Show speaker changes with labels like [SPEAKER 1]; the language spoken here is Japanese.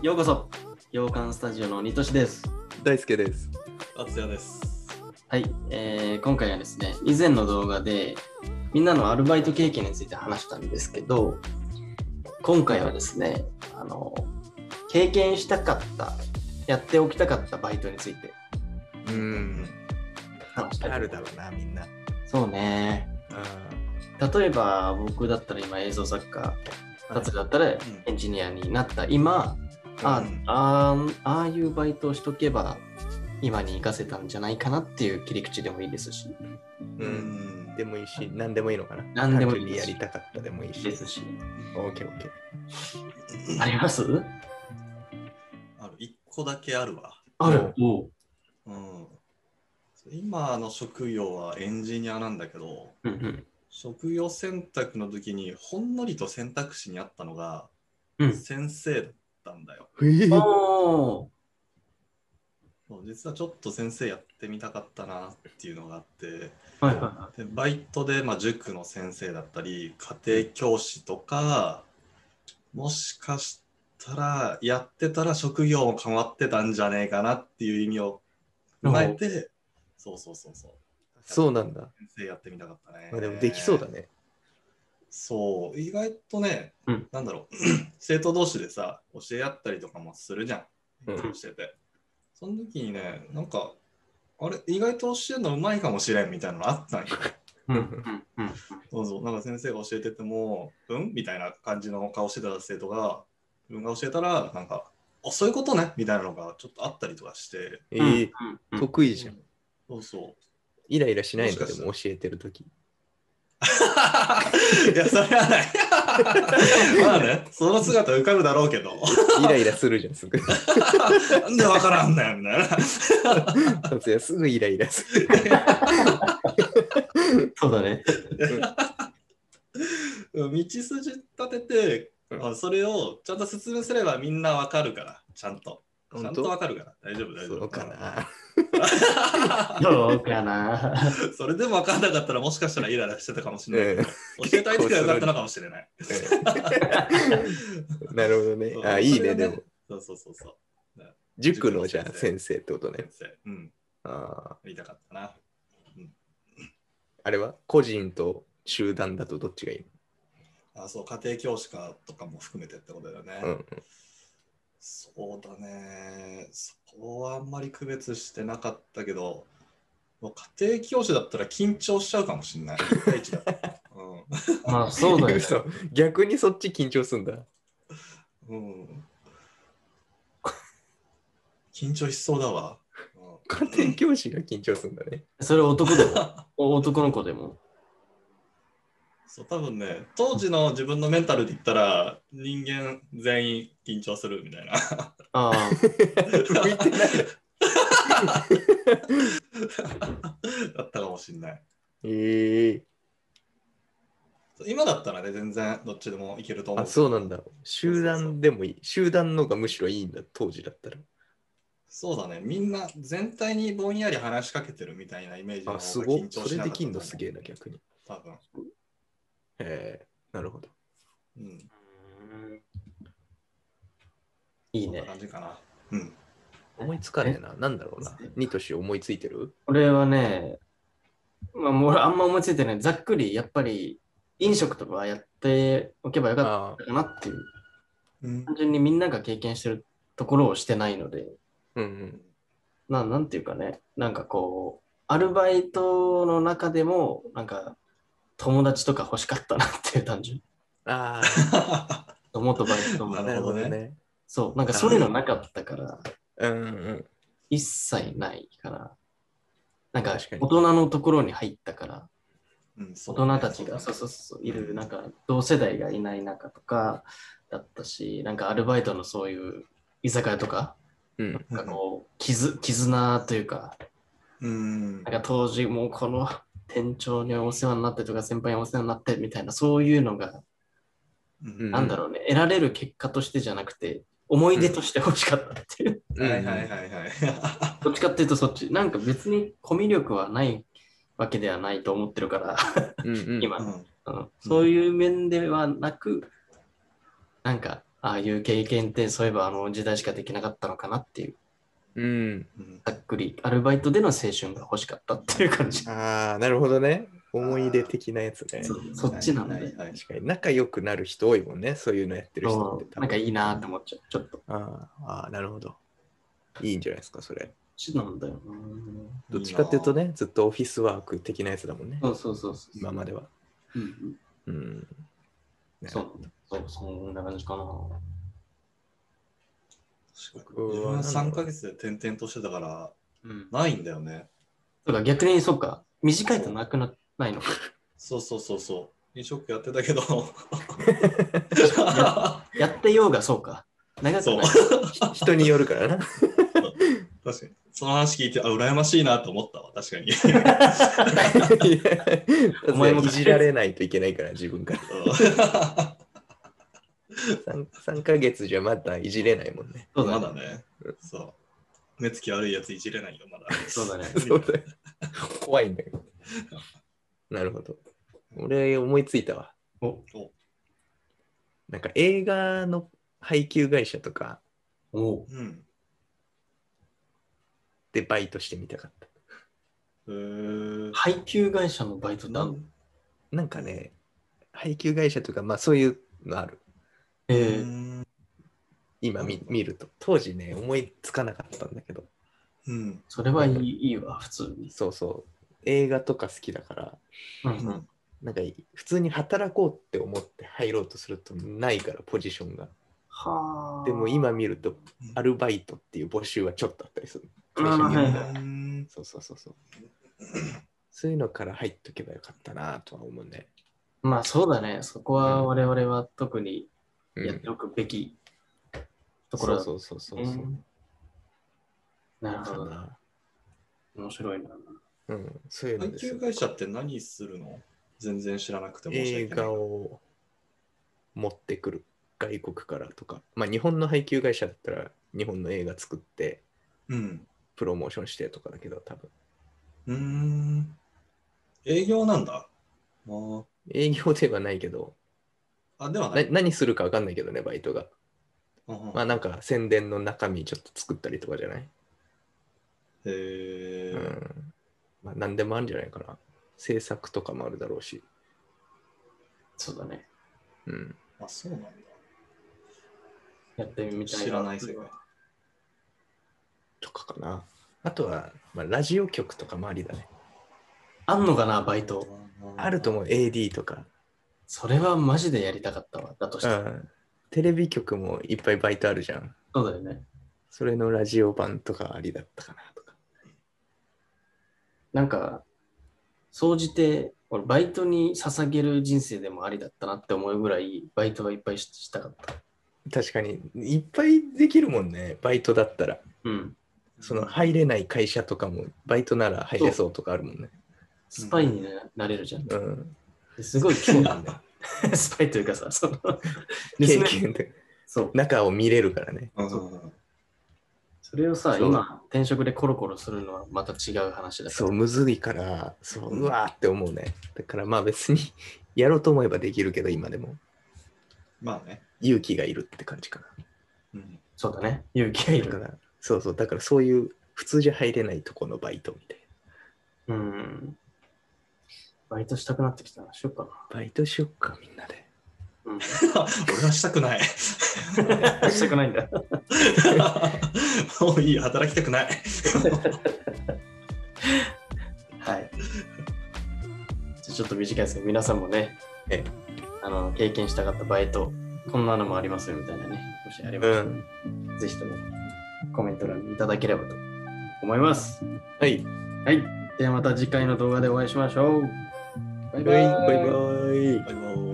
[SPEAKER 1] ようこそ洋館スタジオのニトシです。
[SPEAKER 2] 大輔です。
[SPEAKER 3] あつやです。
[SPEAKER 1] はい、えー今回はですね、以前の動画でみんなのアルバイト経験について話したんですけど、今回はですね、あの経験したかった、やっておきたかったバイトについて
[SPEAKER 2] うん。
[SPEAKER 1] 話したいと思います
[SPEAKER 2] あるだろうな、みんな。
[SPEAKER 1] そうね。例えば僕だったら今映像作家、達也だったらエンジニアになった今、あ
[SPEAKER 2] うん
[SPEAKER 1] あーああいうバイトをしとけば今に生かせたんじゃないかなっていう切り口でもいいですし、
[SPEAKER 2] う。
[SPEAKER 3] うんん。
[SPEAKER 2] でもいいし、何でもいいのかな。
[SPEAKER 1] 何でもいい
[SPEAKER 2] 単純に
[SPEAKER 1] で
[SPEAKER 2] や
[SPEAKER 1] す
[SPEAKER 2] りたかったでもいいし。
[SPEAKER 1] ですし、
[SPEAKER 2] オーケーオーケー。
[SPEAKER 1] あります
[SPEAKER 3] ある一個だけあるわ。
[SPEAKER 1] ある。お
[SPEAKER 3] うん。今の職業はエンジニアなんだけど、
[SPEAKER 1] うんうん
[SPEAKER 3] 職業選択の時にほんのりと選択肢にあったのが
[SPEAKER 1] うん
[SPEAKER 3] 先生だったんだよ。
[SPEAKER 1] お
[SPEAKER 3] そう実はちょっと先生やってみたかったなっていうのがあって、
[SPEAKER 1] ーはいはいは
[SPEAKER 3] でバイトで、まあ、塾の先生だったり家庭教師とかもしかしたらやってたら職業も変わってたんじゃねえかなっていう意味を踏まえてそうそうそうそう
[SPEAKER 2] そうなんだ。
[SPEAKER 3] 先生やってみたかったね、
[SPEAKER 2] まあでもできそうだね。
[SPEAKER 3] そう意外とね、
[SPEAKER 1] うん
[SPEAKER 3] なんだろう 生徒同士でさ教え合ったりとかもするじゃん
[SPEAKER 2] うん
[SPEAKER 3] 勉強しててその時にねなんかあれ意外と教えるのうまいかもしれんみたいなのあったんよ
[SPEAKER 1] い。うんうんうん
[SPEAKER 3] そうそう、なんか先生が教えてても、うんみたいな感じの顔してた生徒が、自分が教えたら、なんか、あ、そういうことねみたいなのがちょっとあったりとかして。
[SPEAKER 2] え
[SPEAKER 1] うんう
[SPEAKER 2] ー、
[SPEAKER 1] んうん
[SPEAKER 2] 得意じゃん。
[SPEAKER 3] そう そう。
[SPEAKER 2] イライラしないの
[SPEAKER 3] もし
[SPEAKER 2] で
[SPEAKER 3] かした
[SPEAKER 2] も教えてるとき。
[SPEAKER 3] いや、それはない。 まあね、その姿浮かぶだろうけど、
[SPEAKER 2] イライラするじゃん、すぐ。
[SPEAKER 3] なんでわからんねんみたいな。
[SPEAKER 2] 達也すぐイライラする。
[SPEAKER 1] そうだ ね。
[SPEAKER 3] 道筋立てて、
[SPEAKER 2] うん
[SPEAKER 3] あそれをちゃんと説明すればみんなわかるから、ちゃんと。ちゃ
[SPEAKER 2] 本
[SPEAKER 3] んとわ
[SPEAKER 2] 当
[SPEAKER 3] かるから、大丈夫、大丈
[SPEAKER 2] そ
[SPEAKER 3] 夫。
[SPEAKER 2] うかな。
[SPEAKER 1] どうかな。
[SPEAKER 3] それでも分からなかったらもしかしたらイライラしてたかもし
[SPEAKER 2] うん
[SPEAKER 3] れない。教えたい時はよかったのかもしれない。
[SPEAKER 2] うんなるほどね
[SPEAKER 3] そ。う
[SPEAKER 2] あ、いい
[SPEAKER 3] それ
[SPEAKER 2] ね、
[SPEAKER 3] は
[SPEAKER 2] でも。
[SPEAKER 3] そうそうそうそう。
[SPEAKER 2] 塾のじゃあ
[SPEAKER 3] 塾
[SPEAKER 2] 先
[SPEAKER 3] の
[SPEAKER 2] 生ってことね
[SPEAKER 3] 先。生。うん。
[SPEAKER 2] あー
[SPEAKER 3] やりたかったな。
[SPEAKER 2] あれは個人と集団だとどっちがいいの
[SPEAKER 3] あそう、家庭教師かとかも含めてってことだよね。
[SPEAKER 2] うんうん
[SPEAKER 3] そうだね。そこはあんまり区別してなかったけど、もう家庭教師だったら緊張しちゃうかもしれない。第一だと
[SPEAKER 1] まあそう だよ、ね。
[SPEAKER 2] 嘘逆 にそっち緊張すんだ。
[SPEAKER 3] うん。うん、緊張しそうだわ。うん
[SPEAKER 2] 家庭教師が緊張するんだね。
[SPEAKER 1] それ男でも。お男の子でも。
[SPEAKER 3] そう多分ね当時の自分のメンタルで言ったら人間全員緊張するみたいな
[SPEAKER 1] ああ。
[SPEAKER 2] 向いてない。
[SPEAKER 3] だったかもしんない
[SPEAKER 2] ええ
[SPEAKER 3] そう今だったらね全然どっちでもいけると思う
[SPEAKER 2] あ、そうなんだ。集団でもいい。集団のがむしろいいんだ、当時だったら。
[SPEAKER 3] そうだねみんな全体にぼんやり話しかけてるみたいなイメージの
[SPEAKER 2] あ、す
[SPEAKER 3] 方が
[SPEAKER 2] ご
[SPEAKER 3] 緊
[SPEAKER 2] い。
[SPEAKER 3] 張
[SPEAKER 2] そ
[SPEAKER 3] し
[SPEAKER 2] れ
[SPEAKER 3] なかった
[SPEAKER 2] で
[SPEAKER 3] と
[SPEAKER 2] き
[SPEAKER 3] 思
[SPEAKER 2] ん
[SPEAKER 3] う
[SPEAKER 2] のすげえな、逆に。
[SPEAKER 3] 多分
[SPEAKER 2] ええなるほど。
[SPEAKER 3] うん
[SPEAKER 1] いい
[SPEAKER 3] そんな
[SPEAKER 1] ね。
[SPEAKER 3] 感じかなうん
[SPEAKER 2] 思いつかねえな。なんだろうな。ニトシ思いついてる
[SPEAKER 1] これはね、まあもう俺あんま思いついてない。ざっくりやっぱり飲食とかやっておけばよか
[SPEAKER 2] あ
[SPEAKER 1] っ
[SPEAKER 2] あ、
[SPEAKER 1] たかなっていう。
[SPEAKER 3] うん
[SPEAKER 1] 単純にみんなが経験してるところをしてないので、
[SPEAKER 2] うんうん。
[SPEAKER 1] ななんていうかね、なんかこう、アルバイトの中でも、なんか友達とか欲しかったなっていう単純。
[SPEAKER 2] あ
[SPEAKER 1] 元バイト
[SPEAKER 2] あ、
[SPEAKER 1] も。
[SPEAKER 3] な
[SPEAKER 2] な
[SPEAKER 3] る
[SPEAKER 2] る
[SPEAKER 3] ほ
[SPEAKER 2] ほ
[SPEAKER 3] どね
[SPEAKER 2] どね。
[SPEAKER 1] そう、なんかそういうのなかったから、
[SPEAKER 2] うんうん。
[SPEAKER 1] 一切ないから。なんか
[SPEAKER 2] 確かに
[SPEAKER 1] 大人のところに入ったから、
[SPEAKER 3] うんそ
[SPEAKER 1] 大
[SPEAKER 3] うだね
[SPEAKER 1] 人たちがそうそうそういる、なんか同世代がいない中とかだったし、なんかアルバイトのそういう居酒屋とか、
[SPEAKER 2] うん。
[SPEAKER 1] なんかこう、絆絆というか、
[SPEAKER 3] うん
[SPEAKER 1] なんか当時もうこの店長にお世話になってとか先輩にお世話になってみたいなそういうのが
[SPEAKER 3] うん
[SPEAKER 1] なんだろうね、得られる結果としてじゃなくて思い出として欲しかったって いう、
[SPEAKER 2] うん
[SPEAKER 3] はいはいはいはい
[SPEAKER 1] どっちかっていうとそっちなんか別にコミュ力はないわけではないと思ってるから、
[SPEAKER 2] うんうん。
[SPEAKER 1] 今、
[SPEAKER 3] うん
[SPEAKER 1] うんそういう面ではなくなんかああいう経験ってそういえばあの時代しかできなかったのかなっていう、
[SPEAKER 2] うん。
[SPEAKER 3] うん
[SPEAKER 1] ざっくりアルバイトでの青春が欲しかったっていう感じ。
[SPEAKER 2] ああ、なるほどね。思い出的なやつね。
[SPEAKER 1] そうそっちなんで
[SPEAKER 3] はいはいはい
[SPEAKER 2] 確かに仲良くなる人多いもんね。そういうのやってる人っ
[SPEAKER 1] そ
[SPEAKER 2] て多
[SPEAKER 1] う
[SPEAKER 2] 分。
[SPEAKER 1] なんかいいなーって思っちゃう。ちょっと。
[SPEAKER 2] あーあー、なるほど。いいんじゃないですか、それ。
[SPEAKER 1] ちなんだよな。
[SPEAKER 2] どっちかっていうとね、ずっとオフィスワーク的なやつだもんね。
[SPEAKER 1] そうそうそうそう。
[SPEAKER 2] 今までは。
[SPEAKER 1] うんうん
[SPEAKER 2] うん。ね
[SPEAKER 1] そうそう、そんな感じかな。
[SPEAKER 3] 確か
[SPEAKER 2] 僕
[SPEAKER 3] に自
[SPEAKER 2] は
[SPEAKER 3] 分3ヶ月で転々としてたから、
[SPEAKER 1] うん。
[SPEAKER 3] ないんだよね。
[SPEAKER 1] だから逆にそうか、短いとなくなないのか。
[SPEAKER 3] そうそうそうそう。飲食やってた けど。
[SPEAKER 1] やってようがそうか。長く
[SPEAKER 3] そう
[SPEAKER 1] ない。。
[SPEAKER 2] 人 によ るからな。
[SPEAKER 3] 確かに。その話聞いて、あ、羨ましいなと思ったわ。確かに。
[SPEAKER 1] お前も
[SPEAKER 2] いじられないといけないから、自 分から。3, 3ヶ月じゃまだいじれないもんね。
[SPEAKER 1] そう
[SPEAKER 3] ま
[SPEAKER 1] だね。
[SPEAKER 3] だね。そう。目つき悪いやついじれないよ、まだ。
[SPEAKER 1] そうだね
[SPEAKER 2] そうだよ。怖いんだけど。なるほど。俺、思いついたわ。
[SPEAKER 1] お
[SPEAKER 2] なんか映画の配給会社とか
[SPEAKER 1] おう
[SPEAKER 3] うん。
[SPEAKER 2] でバイトしてみたかった。
[SPEAKER 3] えー、
[SPEAKER 1] 配給会社のバイトだ。
[SPEAKER 2] なんかね、配給会社とか、まあそういうのある。
[SPEAKER 1] え
[SPEAKER 3] う
[SPEAKER 1] ー、
[SPEAKER 3] ん。
[SPEAKER 2] 今見見ると。当時ね、思いつかなかったんだけど。
[SPEAKER 3] うん。
[SPEAKER 1] それはいいいいわ、普通に。
[SPEAKER 2] そうそう。映画とか好きだから、
[SPEAKER 1] うん
[SPEAKER 3] う
[SPEAKER 1] うん
[SPEAKER 3] ん。
[SPEAKER 2] なんか普通に働こうって思って入ろうとするとないから、ポジションが。
[SPEAKER 1] はあ。
[SPEAKER 2] でも今見ると、ア
[SPEAKER 3] る。
[SPEAKER 2] ルバイトっていう募集はちょっとあったりする。
[SPEAKER 1] あ
[SPEAKER 2] 会社によ
[SPEAKER 1] はい
[SPEAKER 2] って
[SPEAKER 1] は。
[SPEAKER 2] はい
[SPEAKER 3] うん
[SPEAKER 2] そうそうそうそう。そういうのから入っとけばよかったなとは思うね。
[SPEAKER 1] まあそうだね。そこは我々は特に
[SPEAKER 2] うん
[SPEAKER 1] やっておくべきとこ
[SPEAKER 2] そ
[SPEAKER 1] ろ
[SPEAKER 2] う
[SPEAKER 1] だ
[SPEAKER 2] そうそうそう
[SPEAKER 1] ね
[SPEAKER 2] そう。
[SPEAKER 1] なる
[SPEAKER 2] か
[SPEAKER 1] ほどね。
[SPEAKER 2] な
[SPEAKER 1] 面白いな。
[SPEAKER 2] うん、そういうの
[SPEAKER 3] 配
[SPEAKER 2] です
[SPEAKER 3] 給
[SPEAKER 2] よ。
[SPEAKER 3] 会社って何するの全然知らなくて申し
[SPEAKER 2] 映
[SPEAKER 3] 訳ない
[SPEAKER 2] 画。を持ってくる外国からとか、まあ、日本の配給会社だったら日本の映画作って
[SPEAKER 3] うん。
[SPEAKER 2] プロモーションしてとかだけど多分
[SPEAKER 3] うーん。営業なんだ。あー
[SPEAKER 2] 営業ではないけど
[SPEAKER 3] あ、ではな。
[SPEAKER 2] ない何するか分かんないけどねバイトが
[SPEAKER 3] うんうん
[SPEAKER 2] まあなんか宣伝の中身ちょっと作ったりとかじゃない、
[SPEAKER 3] へ
[SPEAKER 2] う
[SPEAKER 3] ー
[SPEAKER 2] んまあ、何でもあるんじゃないかな制作とかもあるだろうし、
[SPEAKER 1] そうだね。
[SPEAKER 2] うん、
[SPEAKER 3] あ、そうなんだ。
[SPEAKER 1] やってみたい。
[SPEAKER 3] 知らない世界。
[SPEAKER 2] とかかなあとは、まあ、ラジオ局とかもありだね
[SPEAKER 1] あんのかな、バイト。
[SPEAKER 2] あると思う AD とか
[SPEAKER 1] それはマジでやりたかったわ。だとし
[SPEAKER 2] う
[SPEAKER 1] たら。
[SPEAKER 2] んテレビ局もいっぱいバイトあるじゃん。
[SPEAKER 1] そうだよね。
[SPEAKER 2] それのラジオ版とかありだったかなとか。
[SPEAKER 1] なんか、総じて、俺、バイトに捧げる人生でもありだったなって思うぐらい、バイトはいっぱいししたかった。
[SPEAKER 2] 確かに、いっぱいできるもんね、バイトだったら。
[SPEAKER 1] うん。
[SPEAKER 2] その入れない会社とかも、バイトなら入れそうとかあるもんね。
[SPEAKER 1] スパイにななれるじゃん。
[SPEAKER 2] うん。
[SPEAKER 1] ですごい興味あるんだよ。 スパイというかさ、その、
[SPEAKER 2] 経
[SPEAKER 1] 盗め
[SPEAKER 2] 験で、
[SPEAKER 1] そう。
[SPEAKER 2] 中を見れるからね。
[SPEAKER 3] うんうんうん
[SPEAKER 1] それをさ、
[SPEAKER 2] そう
[SPEAKER 1] 今、転職でコロコロするのはまた違う話だか
[SPEAKER 2] そう、
[SPEAKER 1] ら。
[SPEAKER 2] むずいから、そうう、
[SPEAKER 3] ん
[SPEAKER 2] うわーって思うね。だからまあ別に、 やろうと思えばできるけど、今でも。
[SPEAKER 3] まあね。
[SPEAKER 2] 勇気がいるって感じかな。
[SPEAKER 3] うん
[SPEAKER 1] そうだね。勇気がい
[SPEAKER 2] だか
[SPEAKER 1] る。
[SPEAKER 2] ら、そうそう、だからそういう、普通じゃ入れないとこのバイトみたいな。
[SPEAKER 1] うん。バイトしたくなってきたな。しようか
[SPEAKER 2] バイトしよっか、みんなで。
[SPEAKER 1] な。うん。
[SPEAKER 3] 俺はしたくない。
[SPEAKER 1] したくないん だ。
[SPEAKER 3] もういい、働きたくない。
[SPEAKER 1] はい。じゃあちょっと短いですけど、皆さんもね、
[SPEAKER 2] ええ
[SPEAKER 1] あの経験したかったバイト、こんなのもありますよみたいなね、もしあれば、
[SPEAKER 2] うん。
[SPEAKER 1] ぜひともコメント欄にいただければと思います。
[SPEAKER 2] はい。
[SPEAKER 1] はい。ではまた次回の動画でお会いしましょう。バイバイ。
[SPEAKER 2] バイバイ。
[SPEAKER 3] バイバイ